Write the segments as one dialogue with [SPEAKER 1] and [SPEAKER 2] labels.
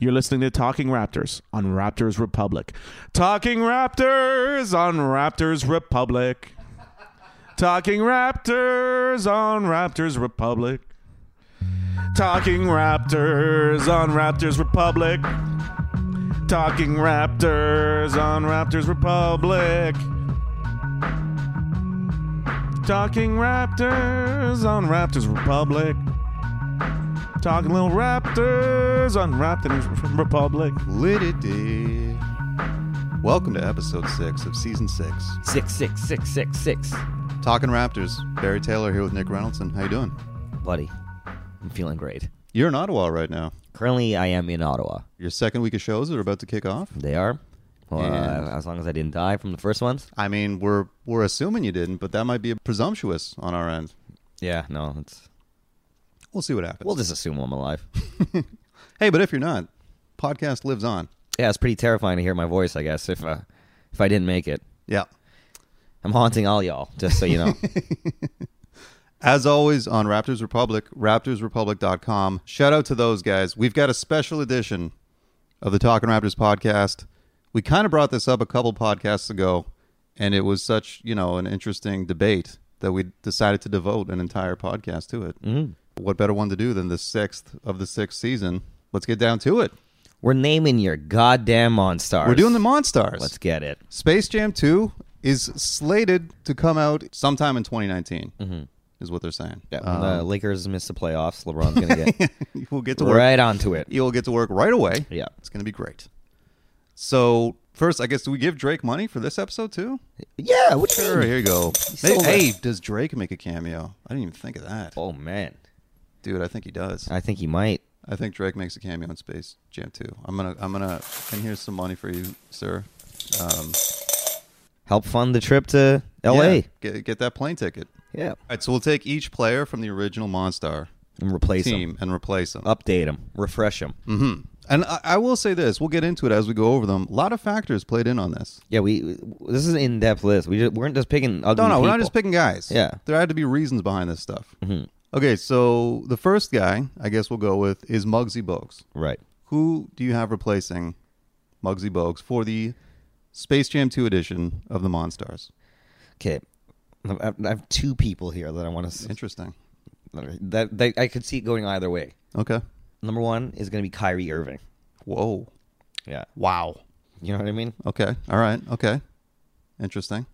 [SPEAKER 1] You're listening to Talking Raptors on Raptors Republic. Talking Raptors on Raptors Republic. Talking Raptors on Raptors Republic. Talking Raptors on Raptors Republic. Talking Raptors on Raptors Republic. Talking Raptors on Raptors Republic. Talking little Raptors on Raptors Republic.
[SPEAKER 2] Liddy. Welcome to episode six of season six.
[SPEAKER 3] Six, six, six, six, six.
[SPEAKER 2] Talking Raptors. Barry Taylor here with Nick Reynoldson. How you doing?
[SPEAKER 3] Buddy, I'm feeling great.
[SPEAKER 2] You're in Ottawa right now.
[SPEAKER 3] Currently, I am in Ottawa.
[SPEAKER 2] Your second week of shows are about to kick off.
[SPEAKER 3] They are. Well,
[SPEAKER 2] And-
[SPEAKER 3] uh, as long as I didn't die from the first ones.
[SPEAKER 2] I mean, we're we're assuming you didn't, but that might be presumptuous on our end.
[SPEAKER 3] Yeah, no, it's.
[SPEAKER 2] We'll see what happens.
[SPEAKER 3] We'll just assume I'm alive.
[SPEAKER 2] hey, but if you're not, podcast lives on.
[SPEAKER 3] yeah, it's pretty terrifying to hear my voice. I guess if uh, if I didn't make it,
[SPEAKER 2] Yeah.
[SPEAKER 3] I'm haunting all y'all. Just so you know.
[SPEAKER 2] As always on Raptors Republic, raptorsrepublic.com. Shout out to those guys. We've got a special edition of the Talking Raptors podcast. We kind of brought this up a couple podcasts ago, and it was such, you know, an interesting debate that we decided to devote an entire podcast to it.
[SPEAKER 3] Mm-hmm.
[SPEAKER 2] Mm. What better one to do than the sixth of the sixth season? Let's get down to it.
[SPEAKER 3] We're naming your goddamn monstars.
[SPEAKER 2] We're doing the Monstars.
[SPEAKER 3] Let's get it.
[SPEAKER 2] Space Jam 2 is slated to come out sometime in 2019, is what they're saying.
[SPEAKER 3] Mm-hmm. Yeah,
[SPEAKER 2] Uh,
[SPEAKER 3] the Lakers missed the playoffs. LeBron's gonna get
[SPEAKER 2] we'll get to work.
[SPEAKER 3] right onto it.
[SPEAKER 2] You'll get to work right away.
[SPEAKER 3] Yeah.
[SPEAKER 2] It's going to be great. So, first, I guess, do we give Drake money for this episode too?
[SPEAKER 3] Yeah, what you
[SPEAKER 2] Sure,
[SPEAKER 3] mean?
[SPEAKER 2] here you go. Hey,
[SPEAKER 3] sold
[SPEAKER 2] hey, does Drake make a cameo? I didn't even think of that.
[SPEAKER 3] Oh man,
[SPEAKER 2] Dude, I think he does.
[SPEAKER 3] I think he might.
[SPEAKER 2] I think Drake makes a cameo in Space Jam 2. I'm going to, I'm going to, and here's some money for you, sir. Um,
[SPEAKER 3] help fund the trip to LA.
[SPEAKER 2] yeah,
[SPEAKER 3] Yeah.
[SPEAKER 2] get, get that plane ticket. All right, so we'll take each player from the original Monstar
[SPEAKER 3] And replace them.
[SPEAKER 2] team and replace them. Mm-hmm.
[SPEAKER 3] Update them. Refresh them.
[SPEAKER 2] And I, I will say this, we'll get into it as we go over them. A lot of factors played in on this.
[SPEAKER 3] Yeah, we this is an in-depth list. We just, weren't just picking ugly
[SPEAKER 2] No, no, we're not
[SPEAKER 3] people.
[SPEAKER 2] just picking guys.
[SPEAKER 3] Yeah. Mm-hmm.
[SPEAKER 2] There had to be reasons behind this stuff. Okay, so the first guy I guess we'll go with is Muggsy Bogues.
[SPEAKER 3] Right.
[SPEAKER 2] Who do you have replacing Muggsy Bogues for the Space Jam 2 edition of the Monstars?
[SPEAKER 3] Okay. I have- I have two people here that I want to
[SPEAKER 2] Interesting.
[SPEAKER 3] that, that I could see it going either way.
[SPEAKER 2] Okay.
[SPEAKER 3] Number one is going to be Kyrie Irving.
[SPEAKER 2] Whoa.
[SPEAKER 3] Yeah,
[SPEAKER 2] Wow.
[SPEAKER 3] you know what I mean,
[SPEAKER 2] Okay. All right. Okay. Interesting.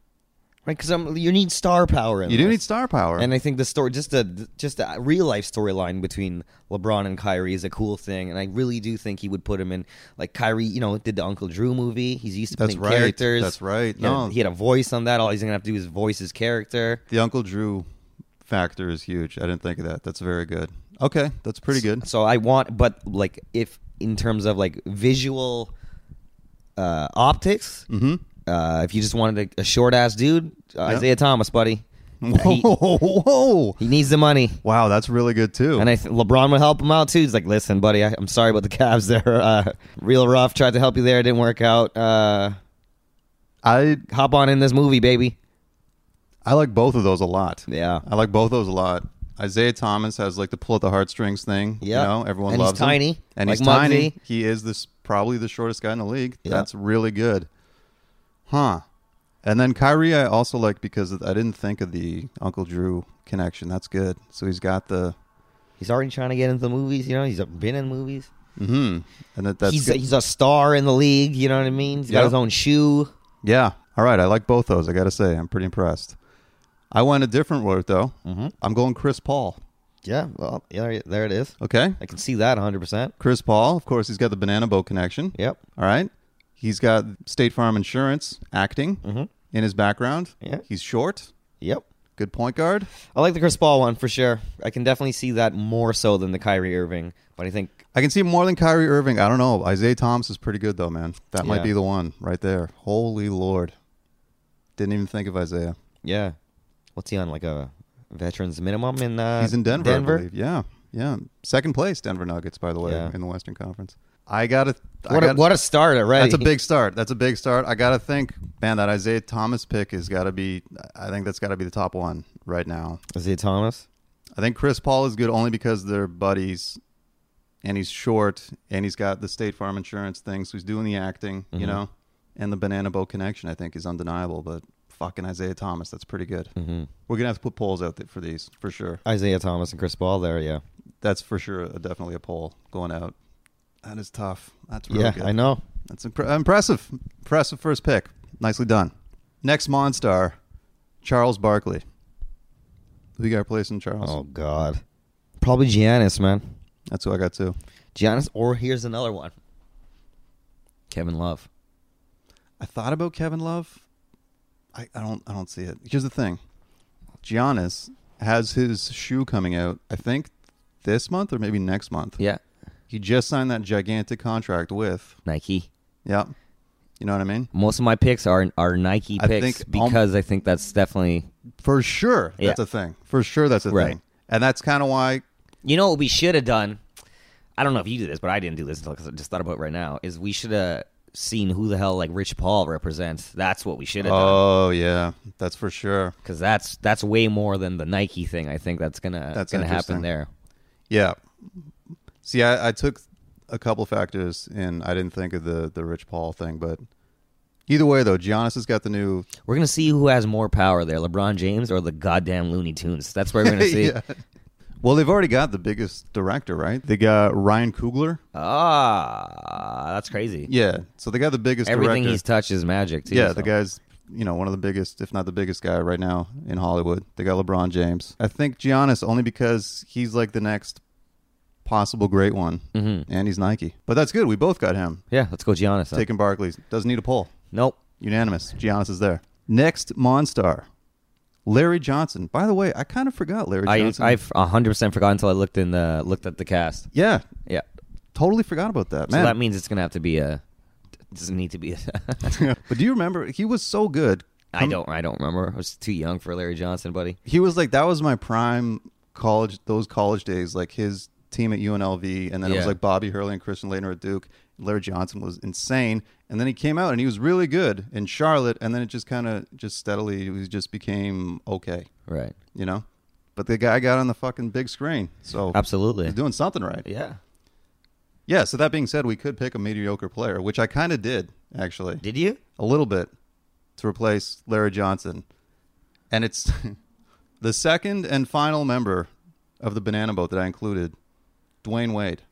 [SPEAKER 3] right? Because you need star power. In
[SPEAKER 2] You do
[SPEAKER 3] this.
[SPEAKER 2] need star power.
[SPEAKER 3] And I think the story, just the just a real life storyline between LeBron and Kyrie is a cool thing, and I really do think he would put him in like Kyrie. You know, did the Uncle Drew movie? He's used to
[SPEAKER 2] That's
[SPEAKER 3] playing
[SPEAKER 2] right.
[SPEAKER 3] characters.
[SPEAKER 2] That's right.
[SPEAKER 3] He had a-
[SPEAKER 2] No.
[SPEAKER 3] he had a voice on that. All he's gonna have to do is voice his character.
[SPEAKER 2] the Uncle Drew factor is huge. I didn't think of that. That's very good. Okay. That's pretty good.
[SPEAKER 3] So I want, but like, if in terms of like visual uh, optics,
[SPEAKER 2] Mm-hmm.
[SPEAKER 3] uh, if you just wanted a, a short ass dude, uh, Isaiah Thomas, buddy, he,
[SPEAKER 2] Whoa. Whoa.
[SPEAKER 3] he needs the money.
[SPEAKER 2] Wow. That's really good too.
[SPEAKER 3] And I th- LeBron would help him out too. He's like, "Listen, buddy, I, I'm sorry about the Cavs. They're uh, real rough. Tried to help you there, didn't work out. Uh,
[SPEAKER 2] I
[SPEAKER 3] hop on in this movie, baby."
[SPEAKER 2] I like both of those a lot.
[SPEAKER 3] Yeah.
[SPEAKER 2] I like both of those a lot. Isaiah Thomas has like the pull at the heartstrings thing.
[SPEAKER 3] Yeah.
[SPEAKER 2] You know, everyone
[SPEAKER 3] And he's
[SPEAKER 2] loves him.
[SPEAKER 3] tiny,
[SPEAKER 2] And
[SPEAKER 3] like
[SPEAKER 2] he's tiny.
[SPEAKER 3] Muggsy.
[SPEAKER 2] He is this probably the shortest guy in the league.
[SPEAKER 3] Yeah.
[SPEAKER 2] That's really good. Huh. And then Kyrie I also like because I didn't think of the Uncle Drew connection. That's good. So he's got the
[SPEAKER 3] He's already trying to get into the movies. You know, he's uh, been in movies.
[SPEAKER 2] And that, that's
[SPEAKER 3] he's
[SPEAKER 2] good.
[SPEAKER 3] a, he's a star in the league. You know what I mean? He's got
[SPEAKER 2] Yeah.
[SPEAKER 3] his own shoe.
[SPEAKER 2] yeah. All right, I like both those. I got to say, I'm pretty impressed. I went a different route though. Mm-hmm. I'm going Chris Paul.
[SPEAKER 3] Yeah, well, yeah, there- there it is.
[SPEAKER 2] Okay,
[SPEAKER 3] I can see that 100. percent
[SPEAKER 2] Chris Paul. Of course, he's got the banana boat connection.
[SPEAKER 3] Yep.
[SPEAKER 2] All right. He's got State Farm Insurance acting in his background.
[SPEAKER 3] Mm-hmm. Yeah.
[SPEAKER 2] He's short.
[SPEAKER 3] Yep.
[SPEAKER 2] Good point guard.
[SPEAKER 3] I like the Chris Paul one for sure. I can definitely see that more so than the Kyrie Irving. But I think
[SPEAKER 2] I can see more than Kyrie Irving. I don't know. Isaiah Thomas is pretty good though, man. That might
[SPEAKER 3] Yeah.
[SPEAKER 2] be the one right there. Holy Lord. Didn't even think of Isaiah.
[SPEAKER 3] yeah, what's he on like a veterans minimum in? Uh,
[SPEAKER 2] He's in Denver, I
[SPEAKER 3] Denver.
[SPEAKER 2] believe. Yeah. Yeah. Second place Denver Nuggets by the way
[SPEAKER 3] Yeah.
[SPEAKER 2] in the Western Conference. I got to
[SPEAKER 3] What a, what a start already.
[SPEAKER 2] That's a big start. That's a big start. I got to think, man, that Isaiah Thomas pick has got to be I think that's got to be the top one right now.
[SPEAKER 3] Isaiah Thomas.
[SPEAKER 2] I think Chris Paul is good only because they're buddies and he's short and he's got the State Farm insurance thing, so he's doing the acting, you
[SPEAKER 3] Mm-hmm.
[SPEAKER 2] know? And the banana boat connection, I think, is undeniable, but fucking Isaiah Thomas, that's pretty good. Mm-hmm. We're going to have to put polls out there for these, for sure.
[SPEAKER 3] Isaiah Thomas and Chris Paul. There, yeah,
[SPEAKER 2] That's for sure, uh, definitely a poll going out. That is tough. That's really
[SPEAKER 3] yeah.
[SPEAKER 2] good.
[SPEAKER 3] I know.
[SPEAKER 2] That's impre- impressive. Impressive first pick. Nicely done. Next Monstar, Charles Barkley. Who you got replacing Charles?
[SPEAKER 3] Oh God, probably Giannis, man.
[SPEAKER 2] That's who I got too.
[SPEAKER 3] Giannis, or here's another one. Kevin Love.
[SPEAKER 2] I thought about Kevin Love. I, I don't I don't see it. Here's the thing. Giannis has his shoe coming out, I think this month or maybe next month.
[SPEAKER 3] Yeah,
[SPEAKER 2] He just signed that gigantic contract with
[SPEAKER 3] Nike.
[SPEAKER 2] Yeah. You know what I mean?
[SPEAKER 3] Most of my picks are are Nike
[SPEAKER 2] I
[SPEAKER 3] picks
[SPEAKER 2] think al-
[SPEAKER 3] because I think that's definitely
[SPEAKER 2] For sure. That's
[SPEAKER 3] Yeah.
[SPEAKER 2] a thing. For sure that's a
[SPEAKER 3] Right.
[SPEAKER 2] thing. And that's kind of why
[SPEAKER 3] You know what we should have done? I don't know if you did this, but I didn't do this until because I just thought about it right now. Is we should have seen who the hell like Rich Paul represents. That's what we should have done
[SPEAKER 2] Oh yeah, that's for sure.
[SPEAKER 3] because that's that's way more than the Nike thing. I think that's gonna
[SPEAKER 2] That's
[SPEAKER 3] that's gonna
[SPEAKER 2] interesting.
[SPEAKER 3] happen there.
[SPEAKER 2] Yeah. See, I, I took a couple factors and I didn't think of the the Rich Paul thing, but either way though, Giannis has got the new
[SPEAKER 3] We're gonna see who has more power there, LeBron James or the goddamn Looney Tunes. That's what we're gonna see.
[SPEAKER 2] Yeah. Well, they've already got the biggest director, right? They got Ryan Coogler.
[SPEAKER 3] Ah, that's crazy.
[SPEAKER 2] Yeah. So they got the biggest
[SPEAKER 3] Everything
[SPEAKER 2] director.
[SPEAKER 3] he's touched is magic. Too,
[SPEAKER 2] yeah,
[SPEAKER 3] so.
[SPEAKER 2] the guy's you know one of the biggest, if not the biggest guy right now in Hollywood. They got LeBron James. I think Giannis only because he's like the next possible great one, mm-hmm. and he's Nike. But that's good. We both got him.
[SPEAKER 3] Yeah, let's go Giannis. Huh?
[SPEAKER 2] Taking Barclays doesn't need a poll.
[SPEAKER 3] nope.
[SPEAKER 2] Unanimous. Giannis is there. Next Monstar, Larry Johnson. By the way, I kind of forgot Larry
[SPEAKER 3] I
[SPEAKER 2] Johnson.
[SPEAKER 3] I've hundred percent forgot until I looked in the looked at the cast.
[SPEAKER 2] yeah,
[SPEAKER 3] Yeah.
[SPEAKER 2] totally forgot about that.
[SPEAKER 3] So
[SPEAKER 2] Man,
[SPEAKER 3] that means it's gonna have to be a. it Doesn't need to be. A,
[SPEAKER 2] but do you remember he was so good?
[SPEAKER 3] I don't. I don't remember. I was too young for Larry Johnson, buddy.
[SPEAKER 2] He was like that was my prime college those college days, like his team at UNLV, and then it was
[SPEAKER 3] Yeah.
[SPEAKER 2] like Bobby Hurley and Christian Leitner at Duke. Larry Johnson was insane, and then he came out and he was really good in Charlotte, and then it just kind of just steadily he just became okay,
[SPEAKER 3] Right.
[SPEAKER 2] you know. But the guy got on the fucking big screen, so
[SPEAKER 3] Absolutely.
[SPEAKER 2] he's doing something right.
[SPEAKER 3] Yeah.
[SPEAKER 2] Yeah. So that being said, we could pick a mediocre player, which I kind of did actually.
[SPEAKER 3] Did you?
[SPEAKER 2] a little bit to replace Larry Johnson. And it's the second and final member of the banana boat that I included, Dwayne Wade.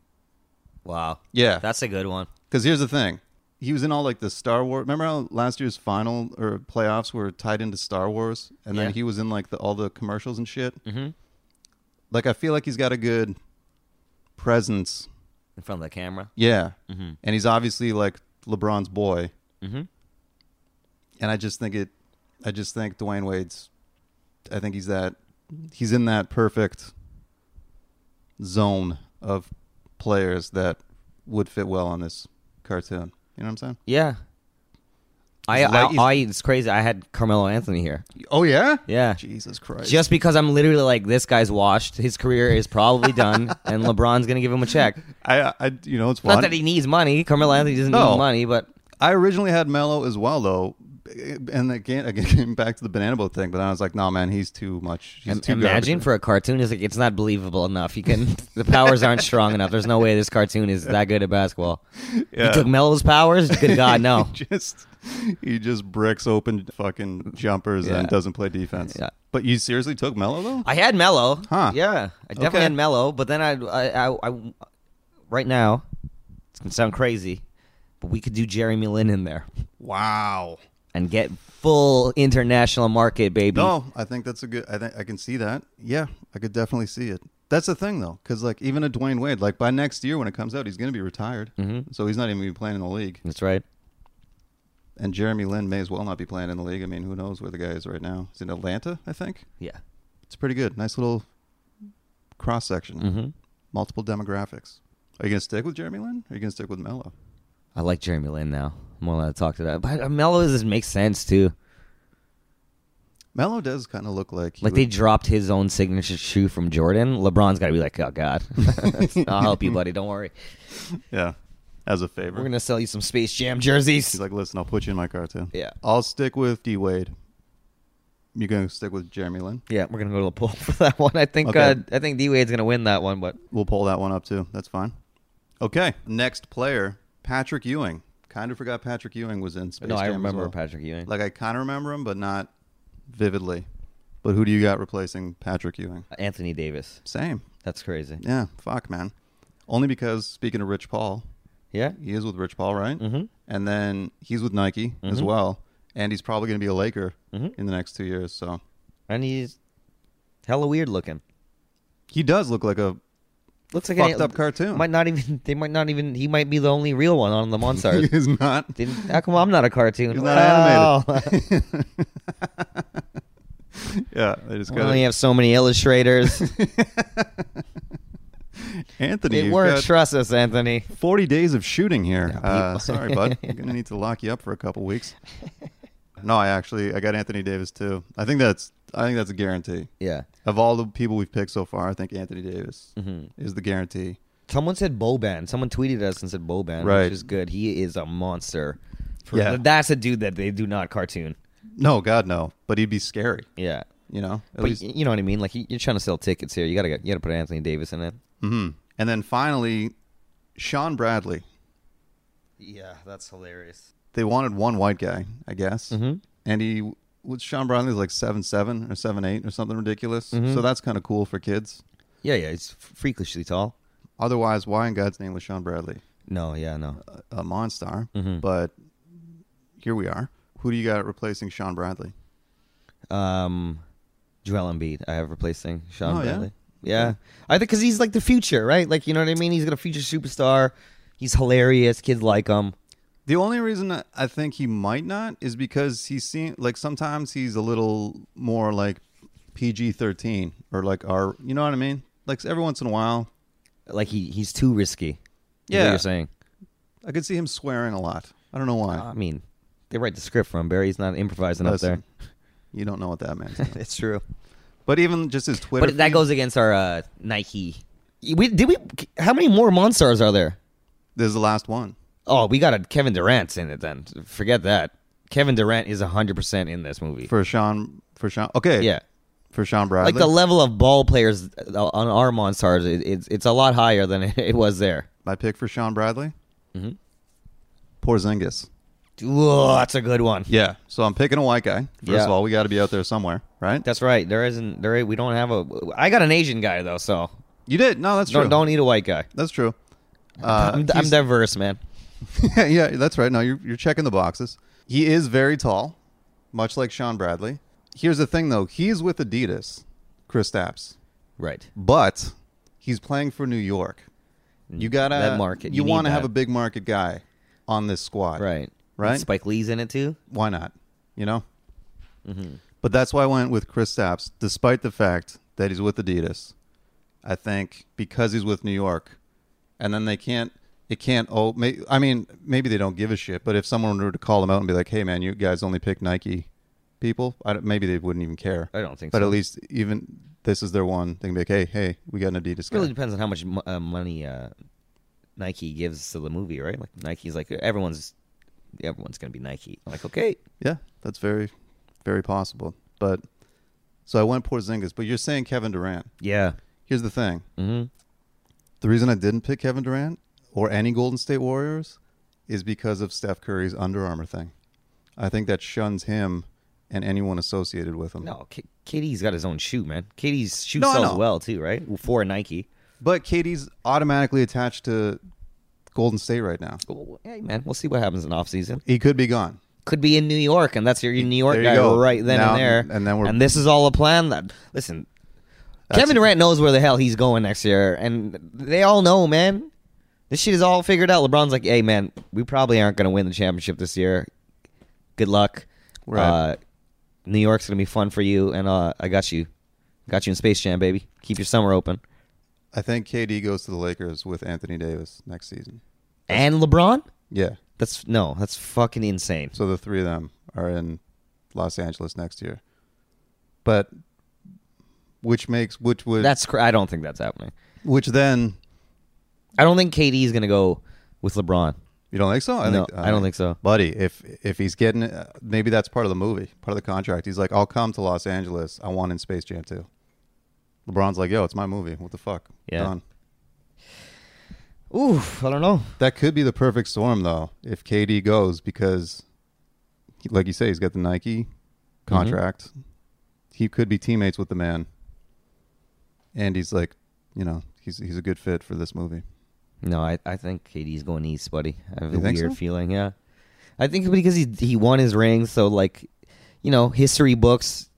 [SPEAKER 3] Wow.
[SPEAKER 2] Yeah.
[SPEAKER 3] That's a good one.
[SPEAKER 2] Because here's the thing. He was in all like the Star Wars. Remember how last year's final or playoffs were tied into Star Wars, and then
[SPEAKER 3] Yeah.
[SPEAKER 2] he was in like the, all the commercials and shit. Mm-hmm. Like I feel like he's got a good presence
[SPEAKER 3] In front of the camera.
[SPEAKER 2] Yeah.
[SPEAKER 3] Mm-hmm.
[SPEAKER 2] And he's obviously like LeBron's boy. Mm-hmm. And I just think it, I just think Dwayne Wade's, I think he's that, he's in that perfect zone of players that would fit well on this cartoon. You know what I'm saying?
[SPEAKER 3] Yeah. I,
[SPEAKER 2] He's light-
[SPEAKER 3] I, I it's crazy. I had Carmelo Anthony here.
[SPEAKER 2] Oh, yeah?
[SPEAKER 3] Yeah.
[SPEAKER 2] Jesus Christ.
[SPEAKER 3] Just because I'm literally like this guy's washed, his career is probably done, and LeBron's gonna give him a check.
[SPEAKER 2] I, I, you know, it's
[SPEAKER 3] Not
[SPEAKER 2] fun.
[SPEAKER 3] that he needs money. Carmelo Anthony doesn't
[SPEAKER 2] No.
[SPEAKER 3] need money, but
[SPEAKER 2] I originally had Mello as well, though. And again, again, came back to the banana boat thing, but then I was like, "No, man, he's too much. He's
[SPEAKER 3] Im-
[SPEAKER 2] too
[SPEAKER 3] imagine
[SPEAKER 2] garbage.
[SPEAKER 3] for a cartoon is like it's not believable enough. You can the powers aren't strong enough. There's no way this cartoon is that good at basketball.
[SPEAKER 2] Yeah.
[SPEAKER 3] You took Melo's powers. Good God, no.
[SPEAKER 2] He just he just bricks open fucking jumpers
[SPEAKER 3] Yeah.
[SPEAKER 2] and doesn't play defense.
[SPEAKER 3] Yeah.
[SPEAKER 2] But you seriously took Melo though?
[SPEAKER 3] I had Melo.
[SPEAKER 2] Huh.
[SPEAKER 3] Yeah, I definitely
[SPEAKER 2] Okay.
[SPEAKER 3] had Melo. But then I, I, I, I- right now, It's gonna sound crazy, but we could do Jeremy Lin in there
[SPEAKER 2] Wow.
[SPEAKER 3] and get full international market, baby.
[SPEAKER 2] No, I think that's a good. I think I can see that. Yeah, I could definitely see it. That's the thing though, because like even a Dwayne Wade, like by next year when it comes out, he's going to be retired, mm-hmm. so he's not even gonna be playing in the league.
[SPEAKER 3] That's right.
[SPEAKER 2] And Jeremy Lin may as well not be playing in the league. I mean, who knows where the guy is right now? He's in Atlanta, I think.
[SPEAKER 3] Yeah.
[SPEAKER 2] It's pretty good. Nice little cross section. Mm-hmm. Multiple demographics. Are you going to stick with Jeremy Lin? Or are you going to stick with Mello?
[SPEAKER 3] I like Jeremy Lin now. I'm more allowed to talk to that. But Melo is- makes sense too.
[SPEAKER 2] Mello does kind of look like he
[SPEAKER 3] Like
[SPEAKER 2] would-
[SPEAKER 3] they dropped his own signature shoe from Jordan. LeBron's got to be like, oh god, I'll help you, buddy. Don't worry.
[SPEAKER 2] yeah, as a favor.
[SPEAKER 3] We're gonna sell you some Space Jam jerseys.
[SPEAKER 2] He's like, listen, I'll put you in my car too.
[SPEAKER 3] Yeah.
[SPEAKER 2] I'll stick with D Wade. You're going to stick with Jeremy Lin.
[SPEAKER 3] yeah, we're gonna go to the poll for that one. I think
[SPEAKER 2] Okay.
[SPEAKER 3] uh, I think D Wade's gonna win that one, but
[SPEAKER 2] We'll pull that one up too. That's fine. Okay. Next player, Patrick Ewing. Kind of forgot Patrick Ewing was in Space
[SPEAKER 3] no,
[SPEAKER 2] Jam
[SPEAKER 3] I
[SPEAKER 2] as
[SPEAKER 3] remember
[SPEAKER 2] well.
[SPEAKER 3] Patrick Ewing.
[SPEAKER 2] Like I kind of remember him, but not vividly. But who do you got replacing Patrick Ewing?
[SPEAKER 3] Anthony Davis.
[SPEAKER 2] Same.
[SPEAKER 3] That's crazy.
[SPEAKER 2] Yeah. Fuck, man. Only because speaking of Rich Paul,
[SPEAKER 3] Yeah,
[SPEAKER 2] he is with Rich Paul, right? Mm-hmm. And then he's with Nike as well, and he's probably going to be a Laker in the next two years. So
[SPEAKER 3] and he's hella weird looking.
[SPEAKER 2] he does look like a
[SPEAKER 3] Looks like
[SPEAKER 2] fucked
[SPEAKER 3] a,
[SPEAKER 2] up cartoon.
[SPEAKER 3] Might not even. They might not even. He might be the only real one on the
[SPEAKER 2] he
[SPEAKER 3] Monstars.
[SPEAKER 2] is not.
[SPEAKER 3] Didn't, how come I'm not a cartoon?
[SPEAKER 2] He's not animated. yeah, they just
[SPEAKER 3] we
[SPEAKER 2] got
[SPEAKER 3] only have so many illustrators.
[SPEAKER 2] Anthony.
[SPEAKER 3] it
[SPEAKER 2] you've
[SPEAKER 3] works.
[SPEAKER 2] got
[SPEAKER 3] Trust us, Anthony.
[SPEAKER 2] Forty days of shooting here.
[SPEAKER 3] Yeah,
[SPEAKER 2] uh,
[SPEAKER 3] people-
[SPEAKER 2] sorry, bud. I'm gonna need to lock you up for a couple weeks. No, I actually I got Anthony Davis too. I think that's I think that's a guarantee.
[SPEAKER 3] Yeah.
[SPEAKER 2] Of all the people we've picked so far, I think Anthony Davis is the guarantee.
[SPEAKER 3] Someone said Boban. Someone tweeted us and said Boban,
[SPEAKER 2] Right.
[SPEAKER 3] which is good. He is a monster. For-
[SPEAKER 2] Yeah.
[SPEAKER 3] That's a dude that they do not cartoon.
[SPEAKER 2] No, God, no. But he'd be scary.
[SPEAKER 3] Yeah.
[SPEAKER 2] You know, at
[SPEAKER 3] But
[SPEAKER 2] least.
[SPEAKER 3] y- you know what I mean? Like y- you're trying to sell tickets here. You gotta get, you gotta put Anthony Davis in it.
[SPEAKER 2] Mhm. And then finally, Sean Bradley.
[SPEAKER 3] Yeah, that's hilarious.
[SPEAKER 2] They wanted one white guy, I guess, and he was Sean Bradley was like seven seven or seven eight or something ridiculous. So that's kind of cool for kids.
[SPEAKER 3] Yeah, yeah. He's f- freakishly tall.
[SPEAKER 2] Otherwise, why in God's name was Sean Bradley
[SPEAKER 3] No, yeah, no.
[SPEAKER 2] a, a monster? But here we are. Who do you got replacing Sean Bradley?
[SPEAKER 3] Um, Joel Embiid. I have replacing Sean
[SPEAKER 2] Oh, yeah?
[SPEAKER 3] Bradley. Yeah, I think because he's like the future, right? Like you know what I mean. He's gonna future superstar. He's hilarious. Kids like him.
[SPEAKER 2] The only reason I- I think he might not is because he seems like sometimes he's a little more like PG thirteen or like R. You know what I mean? Like every once in a while,
[SPEAKER 3] Like he he's too risky. is what
[SPEAKER 2] Yeah.
[SPEAKER 3] you're saying.
[SPEAKER 2] I could see him swearing a lot. I don't know why.
[SPEAKER 3] I mean, they write the script for him. Barry. He's not improvising up
[SPEAKER 2] Listen,
[SPEAKER 3] there.
[SPEAKER 2] you don't know what that meant.
[SPEAKER 3] it's true.
[SPEAKER 2] but even just his Twitter,
[SPEAKER 3] But that
[SPEAKER 2] feed-
[SPEAKER 3] goes against our uh, Nike. We did we? How many more monsters are there?
[SPEAKER 2] This is the last one.
[SPEAKER 3] Oh, we got a Kevin Durant's in it. Then forget that. Kevin Durant is hundred percent in this movie.
[SPEAKER 2] for Sean for Sean. Okay,
[SPEAKER 3] yeah.
[SPEAKER 2] for Sean Bradley.
[SPEAKER 3] like the level of ball players uh, on our Monstars, it, it's it's a lot higher than it was there.
[SPEAKER 2] My pick for Sean Bradley. Mm-hmm. Porzingis.
[SPEAKER 3] Whoa, that's a good one.
[SPEAKER 2] Yeah. So I'm picking a white guy. First
[SPEAKER 3] Yeah.
[SPEAKER 2] of all, we got to be out there somewhere, right?
[SPEAKER 3] That's right. There isn't there. We don't have a. I got an Asian guy though, so
[SPEAKER 2] you did. No, that's
[SPEAKER 3] don't
[SPEAKER 2] true.
[SPEAKER 3] don't need a white guy.
[SPEAKER 2] That's true. Uh,
[SPEAKER 3] I'm, I'm
[SPEAKER 2] he's-
[SPEAKER 3] diverse, man.
[SPEAKER 2] yeah, that's right. No, you're you're checking the boxes. He is very tall, much like Sean Bradley. Here's the thing, though. He's with Adidas, Chris Stapps.
[SPEAKER 3] Right.
[SPEAKER 2] but he's playing for New York. You gotta
[SPEAKER 3] Mm, That market,
[SPEAKER 2] You,
[SPEAKER 3] you need
[SPEAKER 2] want to have
[SPEAKER 3] that.
[SPEAKER 2] a big market guy on this squad,
[SPEAKER 3] Right.
[SPEAKER 2] Right.
[SPEAKER 3] And Spike Lee's in it too.
[SPEAKER 2] Why not? You know.
[SPEAKER 3] Mm-hmm.
[SPEAKER 2] But that's why I went with Chris Stapps, despite the fact that he's with Adidas. I think because he's with New York, and then they can't. It can't. Oh, may, I mean, maybe they don't give a shit. But if someone were to call them out and be like, "Hey, man, you guys only pick Nike people," I don't, maybe they wouldn't even care.
[SPEAKER 3] I don't think
[SPEAKER 2] But
[SPEAKER 3] so.
[SPEAKER 2] at least even this is their one. They can be like, "Hey, hey, we got an Adidas."
[SPEAKER 3] It really
[SPEAKER 2] guy.
[SPEAKER 3] depends on how much mo- uh, money uh, Nike gives to the movie, right? Like Nike's like everyone's everyone's gonna be Nike. I'm like okay,
[SPEAKER 2] Yeah, that's very, very possible. But so I went Porzingis, but you're saying Kevin Durant.
[SPEAKER 3] yeah,
[SPEAKER 2] Here's the thing. Mm-hmm. The reason I didn't pick Kevin Durant or any Golden State Warriors is because of Steph Curry's Under Armour thing. I think that shuns him and anyone associated with him.
[SPEAKER 3] no. K- KD's got his own shoe, man. KD's shoe
[SPEAKER 2] No, I
[SPEAKER 3] sells
[SPEAKER 2] know.
[SPEAKER 3] well too, right? For Nike.
[SPEAKER 2] But Katie's automatically attached to Golden State right now.
[SPEAKER 3] Well, Hey man, we'll see what happens in off season.
[SPEAKER 2] He could be gone.
[SPEAKER 3] Could be in New York, and that's your, your New York
[SPEAKER 2] There you
[SPEAKER 3] guy
[SPEAKER 2] go.
[SPEAKER 3] right then
[SPEAKER 2] Now-
[SPEAKER 3] and there.
[SPEAKER 2] and then we're-
[SPEAKER 3] and this is all a plan. That listen, Kevin Durant knows where the hell he's going next year, and they all know, man. This shit is all figured out. LeBron's like, hey man, we probably aren't going to win the championship this year. Good luck.
[SPEAKER 2] Right.
[SPEAKER 3] Uh, New York's going to be fun for you, and uh, I got you, got you in Space Jam, baby. Keep your summer open.
[SPEAKER 2] I think KD goes to the Lakers with Anthony Davis next season.
[SPEAKER 3] And LeBron?
[SPEAKER 2] Yeah.
[SPEAKER 3] That's no, that's fucking insane.
[SPEAKER 2] So the three of them are in Los Angeles next year. But which makes which would
[SPEAKER 3] That's cr- I don't think that's happening.
[SPEAKER 2] which then
[SPEAKER 3] I don't think KD is going to go with LeBron.
[SPEAKER 2] you don't think so? I
[SPEAKER 3] No, I don't think so.
[SPEAKER 2] buddy. If if he's getting uh, maybe that's part of the movie, part of the contract. He's like, I'll come to Los Angeles. I want in Space Jam too. LeBron's like, yo, it's my movie. What the fuck?
[SPEAKER 3] Yeah.
[SPEAKER 2] Done.
[SPEAKER 3] Ooh, I don't know.
[SPEAKER 2] That could be the perfect storm, though, if KD goes because, he- like you say, he's got the Nike
[SPEAKER 3] Mm-hmm.
[SPEAKER 2] contract. He could be teammates with the man, and he's like, you know, he's he's a good fit for this movie.
[SPEAKER 3] No, I, I think KD's going east, buddy. I have
[SPEAKER 2] You
[SPEAKER 3] a
[SPEAKER 2] think
[SPEAKER 3] weird
[SPEAKER 2] so?
[SPEAKER 3] feeling. Yeah, I think because he he won his ring, so like, you know, history books,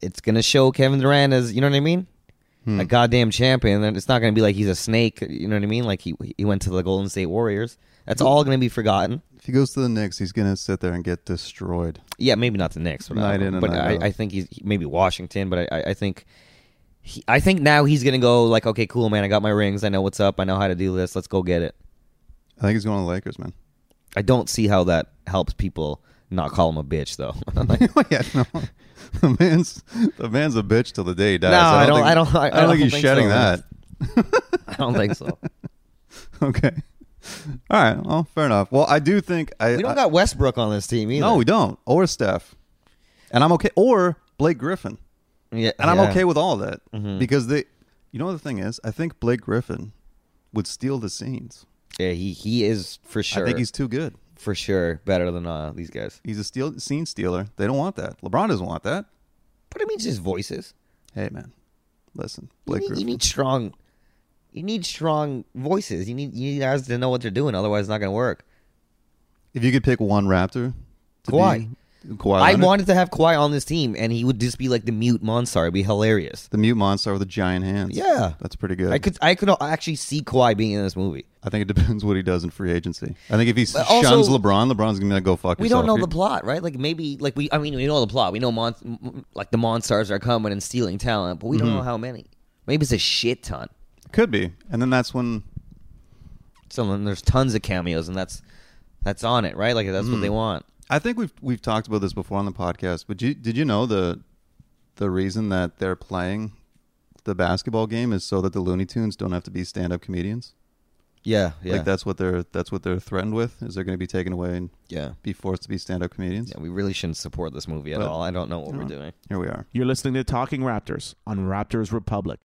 [SPEAKER 3] it's gonna show Kevin Durant as you know what I mean, a goddamn champion. And it's not gonna be like he's a snake. You know what I mean? Like he he went to the Golden State Warriors. That's all gonna be forgotten.
[SPEAKER 2] If he goes to the Knicks, he's gonna sit there and get destroyed.
[SPEAKER 3] Yeah, maybe not the Knicks, but, I,
[SPEAKER 2] Night
[SPEAKER 3] don't
[SPEAKER 2] in
[SPEAKER 3] know.
[SPEAKER 2] and
[SPEAKER 3] but
[SPEAKER 2] night out.
[SPEAKER 3] I, I think he's maybe Washington. But I, I, I think, he, I think now he's gonna go like, okay, cool, man. I got my rings. I know what's up. I know how to do this. Let's go get it.
[SPEAKER 2] I think he's going to the Lakers, man.
[SPEAKER 3] I don't see how that helps people not call him a bitch, though. Like,
[SPEAKER 2] oh, yeah, no. The man's the man's a bitch till the day he dies.
[SPEAKER 3] No, I don't-
[SPEAKER 2] think,
[SPEAKER 3] I don't- I- I
[SPEAKER 2] think
[SPEAKER 3] don't
[SPEAKER 2] he's
[SPEAKER 3] think
[SPEAKER 2] shedding
[SPEAKER 3] so.
[SPEAKER 2] that.
[SPEAKER 3] I don't think so.
[SPEAKER 2] Okay. All right. Well, fair enough. Well, I do think I
[SPEAKER 3] We
[SPEAKER 2] I-
[SPEAKER 3] don't got Westbrook on this team either.
[SPEAKER 2] No, we don't. Or Steph. And I'm okay. Or Blake Griffin.
[SPEAKER 3] yeah,
[SPEAKER 2] And I'm
[SPEAKER 3] yeah. Mm-hmm.
[SPEAKER 2] okay with all of that because they, you know, what the thing is, I think Blake Griffin would steal the scenes.
[SPEAKER 3] Yeah, he he is for sure.
[SPEAKER 2] I think he's too good.
[SPEAKER 3] for sure better than uh, these guys.
[SPEAKER 2] He's a steal, scene stealer. They don't want that. LeBron doesn't want that.
[SPEAKER 3] But I mean, just voices.
[SPEAKER 2] Hey, man, listen,
[SPEAKER 3] You
[SPEAKER 2] Blake
[SPEAKER 3] need, you
[SPEAKER 2] Griffin.
[SPEAKER 3] need strong. You need strong voices. You need you need guys to know what they're doing. Otherwise, it's not going to work.
[SPEAKER 2] if you could pick one Raptor, to
[SPEAKER 3] Kawhi.
[SPEAKER 2] be- Kawhi.
[SPEAKER 3] I
[SPEAKER 2] Leonard,
[SPEAKER 3] wanted to have Kawhi on this team, and he would just be like the mute monster. It'd be hilarious.
[SPEAKER 2] the mute monster with the giant hands.
[SPEAKER 3] Yeah.
[SPEAKER 2] that's pretty good.
[SPEAKER 3] I could I could actually see Kawhi being in this movie.
[SPEAKER 2] I think it depends what he does in free agency. I think if he s-
[SPEAKER 3] But also-
[SPEAKER 2] shuns LeBron, LeBron's gonna be like, "Go fuck
[SPEAKER 3] we
[SPEAKER 2] yourself."
[SPEAKER 3] don't know the
[SPEAKER 2] dude."
[SPEAKER 3] plot, right? Like maybe, like we, I mean, we know the plot. We know mon- m- m- like the monsters are coming and stealing talent, but we don't know how many. Maybe it's a shit ton.
[SPEAKER 2] Could be, and then that's when
[SPEAKER 3] So then there's tons of cameos, and that's that's on it, right? Like that's what they want.
[SPEAKER 2] I think we've we've talked about this before on the podcast, but you, did you know the the reason that they're playing the basketball game is so that the Looney Tunes don't have to be stand up comedians?
[SPEAKER 3] Yeah, yeah,
[SPEAKER 2] Like that's what they're that's what they're threatened with is they're going to be taken away and
[SPEAKER 3] yeah.
[SPEAKER 2] be forced to be stand up comedians.
[SPEAKER 3] Yeah, we really shouldn't support this movie at
[SPEAKER 2] But-
[SPEAKER 3] all. I don't know what we're doing.
[SPEAKER 2] Here we are.
[SPEAKER 1] You're listening to Talking Raptors on Raptors Republic.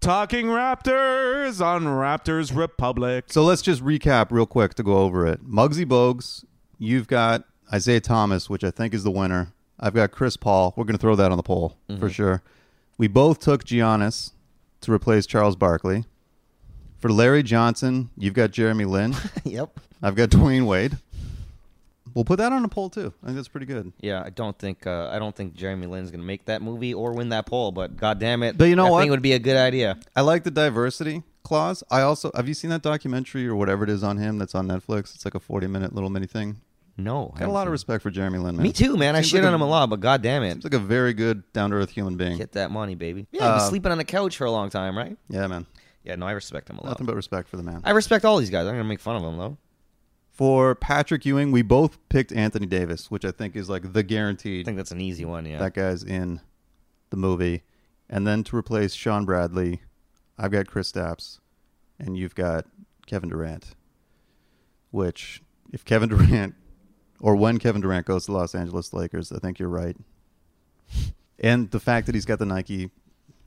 [SPEAKER 1] Talking Raptors on Raptors Republic.
[SPEAKER 2] So let's just recap real quick to go over it. Muggsy Bogues, you've got Isaiah Thomas, which I think is the winner. I've got Chris Paul. We're going to throw that on the poll for sure. We both took Giannis to replace Charles Barkley. For Larry Johnson, you've got Jeremy Lin.
[SPEAKER 3] yep.
[SPEAKER 2] I've got Dwayne Wade. We'll put that on a poll too. I think that's pretty good.
[SPEAKER 3] Yeah, I don't think uh, I don't think Jeremy Lin's gonna make that movie or win that poll. But god damn it,
[SPEAKER 2] But you know
[SPEAKER 3] I
[SPEAKER 2] what?
[SPEAKER 3] think it would be a good idea.
[SPEAKER 2] I like the diversity clause. I also have you seen that documentary or whatever it is on him that's on Netflix? It's like a forty minute little mini thing.
[SPEAKER 3] No, I
[SPEAKER 2] Got a
[SPEAKER 3] haven't
[SPEAKER 2] lot of
[SPEAKER 3] seen it.
[SPEAKER 2] respect for Jeremy Lin, man.
[SPEAKER 3] Me too, man. I
[SPEAKER 2] Seems
[SPEAKER 3] shit
[SPEAKER 2] like
[SPEAKER 3] on
[SPEAKER 2] a-
[SPEAKER 3] him a lot, but god damn it,
[SPEAKER 2] He's like a very good, down to earth human being.
[SPEAKER 3] Get that money, baby. Yeah, he
[SPEAKER 2] Uh,
[SPEAKER 3] was sleeping on the couch for a long time, right?
[SPEAKER 2] Yeah, man.
[SPEAKER 3] Yeah, no, I respect him a lot.
[SPEAKER 2] Nothing but respect for the man.
[SPEAKER 3] I respect all these guys. I'm gonna make fun of them though.
[SPEAKER 2] For Patrick Ewing, we both picked Anthony Davis, which I think is like the
[SPEAKER 3] I
[SPEAKER 2] guaranteed
[SPEAKER 3] think that's an easy one. Yeah,
[SPEAKER 2] that guy's in the movie. And then to replace Sean Bradley, I've got Chris Stapps, and you've got Kevin Durant. Which, if Kevin Durant, or when Kevin Durant goes to Los Angeles Lakers, I think you're right. And the fact that he's got the Nike,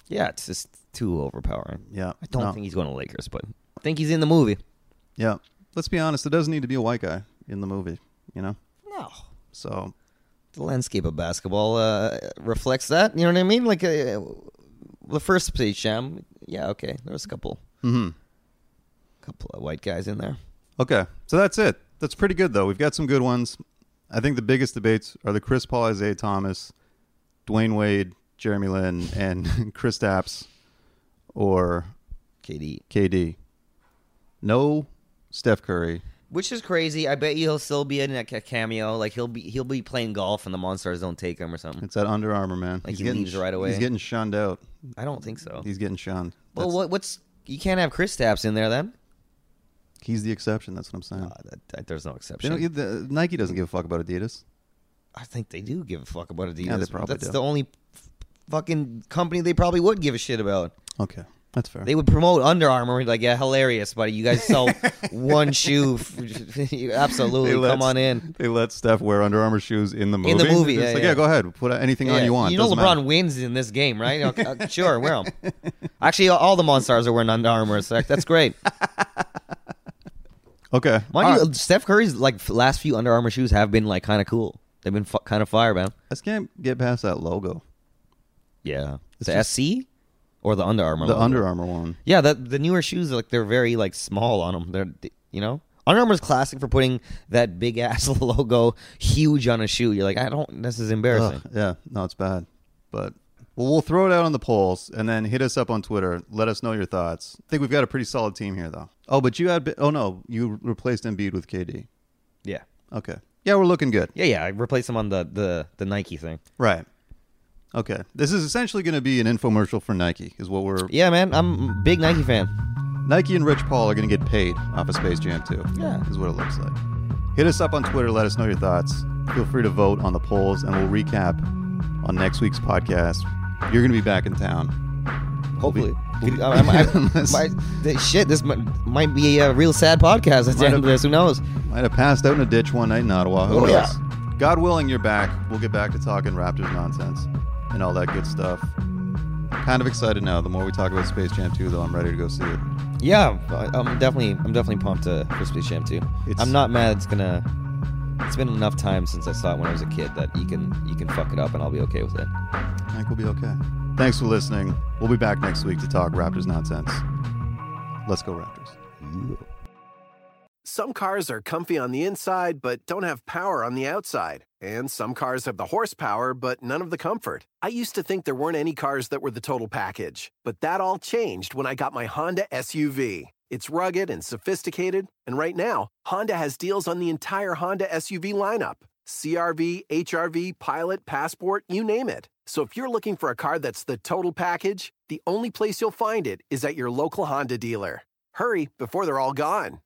[SPEAKER 3] yeah, it's just too overpowering.
[SPEAKER 2] yeah,
[SPEAKER 3] I don't
[SPEAKER 2] no.
[SPEAKER 3] think he's going to Lakers, but I think he's in the movie.
[SPEAKER 2] Yeah. Let's be honest, it doesn't need to be a white guy in the movie, you know?
[SPEAKER 3] No,
[SPEAKER 2] So
[SPEAKER 3] the landscape of basketball uh, reflects that. You know what I mean? Like Mm-hmm. uh, the first Space Jam. Yeah, okay, there was a couple. couple of white guys in there.
[SPEAKER 2] Okay, so that's it. That's pretty good though. We've got some good ones. I think the biggest debates are the Chris Paul, Isaiah Thomas, Dwayne Wade, Jeremy Lin, and Chris Stapps or
[SPEAKER 3] KD,
[SPEAKER 2] KD. No Steph Curry.
[SPEAKER 3] which is crazy. I bet you he'll still be in like a cameo. Like he'll be he'll be playing golf and the Monstars don't take him or something.
[SPEAKER 2] It's that Under Armour man.
[SPEAKER 3] Like, he leaves right away.
[SPEAKER 2] He's getting shunned out.
[SPEAKER 3] I don't think so.
[SPEAKER 2] He's getting shunned.
[SPEAKER 3] Well,
[SPEAKER 2] That's-
[SPEAKER 3] what, what's you can't have Chris Stapps in there then?
[SPEAKER 2] He's the exception. That's what I'm saying.
[SPEAKER 3] Uh, that, that- there's no
[SPEAKER 2] They don't-
[SPEAKER 3] exception.
[SPEAKER 2] the- Nike doesn't give a fuck about Adidas.
[SPEAKER 3] I think they do give a fuck about Adidas.
[SPEAKER 2] they
[SPEAKER 3] but
[SPEAKER 2] probably
[SPEAKER 3] That's
[SPEAKER 2] do.
[SPEAKER 3] the only f- fucking company they probably would give a shit about.
[SPEAKER 2] Okay, that's fair.
[SPEAKER 3] They would promote Under Armour like yeah, hilarious, buddy. You guys sell one shoe. Absolutely,
[SPEAKER 2] They let-
[SPEAKER 3] come on in.
[SPEAKER 2] They let Steph wear Under Armour shoes in the movie.
[SPEAKER 3] In the movie,
[SPEAKER 2] It's
[SPEAKER 3] yeah,
[SPEAKER 2] like,
[SPEAKER 3] yeah.
[SPEAKER 2] go ahead, put anything on
[SPEAKER 3] Yeah,
[SPEAKER 2] you want.
[SPEAKER 3] know
[SPEAKER 2] Doesn't
[SPEAKER 3] LeBron
[SPEAKER 2] matter.
[SPEAKER 3] wins in this game, right? Okay, uh, sure, wear them. Actually, all the Monstars are wearing Under Armour. So that's great.
[SPEAKER 2] Okay,
[SPEAKER 3] Mind
[SPEAKER 2] All
[SPEAKER 3] you,
[SPEAKER 2] right.
[SPEAKER 3] Steph Curry's like f- last few Under Armour shoes have been like kind of cool. They've been fu- kind of fire, man.
[SPEAKER 2] I just can't get past that logo,
[SPEAKER 3] Yeah,
[SPEAKER 2] It's
[SPEAKER 3] the
[SPEAKER 2] just-
[SPEAKER 3] SC or the Under Armour.
[SPEAKER 2] the
[SPEAKER 3] logo?
[SPEAKER 2] Under Armour one.
[SPEAKER 3] Yeah, that the newer shoes like they're very like small on them. They're they- you know Under Armour's classic for putting that big ass logo huge on a shoe. You're like, I don't. This is embarrassing.
[SPEAKER 2] Ugh, yeah, no, it's bad. But well, we'll throw it out on the polls and then hit us up on Twitter. Let us know your thoughts. I think we've got a pretty solid team here, though. Oh, but you had bi- oh no, you replaced Embiid with KD.
[SPEAKER 3] Yeah,
[SPEAKER 2] Okay, yeah, we're looking good.
[SPEAKER 3] yeah, yeah. I replaced them on the the the Nike thing.
[SPEAKER 2] Right. Okay, this is essentially going to be an infomercial for Nike, is what we're.
[SPEAKER 3] Yeah, man, I'm a big Nike fan.
[SPEAKER 2] Nike and Rich Paul are going to get paid off of Space Jam 2.
[SPEAKER 3] Yeah.
[SPEAKER 2] Is what it looks like. Hit us up on Twitter. Let us know your thoughts. Feel free to vote on the polls, and we'll recap on next week's podcast. You're going to be back in town.
[SPEAKER 3] Hopefully,
[SPEAKER 2] We'll be-
[SPEAKER 3] I- I'm- I-
[SPEAKER 2] Unless-
[SPEAKER 3] my- th- shit, this might, might be a real sad podcast at the end of this. Who knows?
[SPEAKER 2] Might have passed out in a ditch one night in Ottawa. Who
[SPEAKER 3] Oh, yeah.
[SPEAKER 2] knows? God willing, you're back. We'll get back to talking Raptors nonsense and all that good stuff. Kind of excited now. The more we talk about Space Jam 2, though, I'm ready to go see it.
[SPEAKER 3] Yeah, I- I'm definitely I'm definitely pumped to for Space Jam 2.
[SPEAKER 2] It's-
[SPEAKER 3] I'm not mad. It's gonna. It's been enough time since I saw it when I was a kid that you can you can fuck it up and I'll be okay with it.
[SPEAKER 2] I think we'll be okay. Thanks for listening. We'll be back next week to talk Raptors nonsense. Let's go, Raptors.
[SPEAKER 4] Some cars are comfy on the inside, but don't have power on the outside. And some cars have the horsepower, but none of the comfort. I used to think there weren't any cars that were the total package, but that all changed when I got my Honda SUV. It's rugged and sophisticated, and right now, Honda has deals on the entire Honda SUV lineup CRV, HRV, Pilot, Passport, you name it. So if you're looking for a car that's the total package, the only place you'll find it is at your local Honda dealer. Hurry before they're all gone.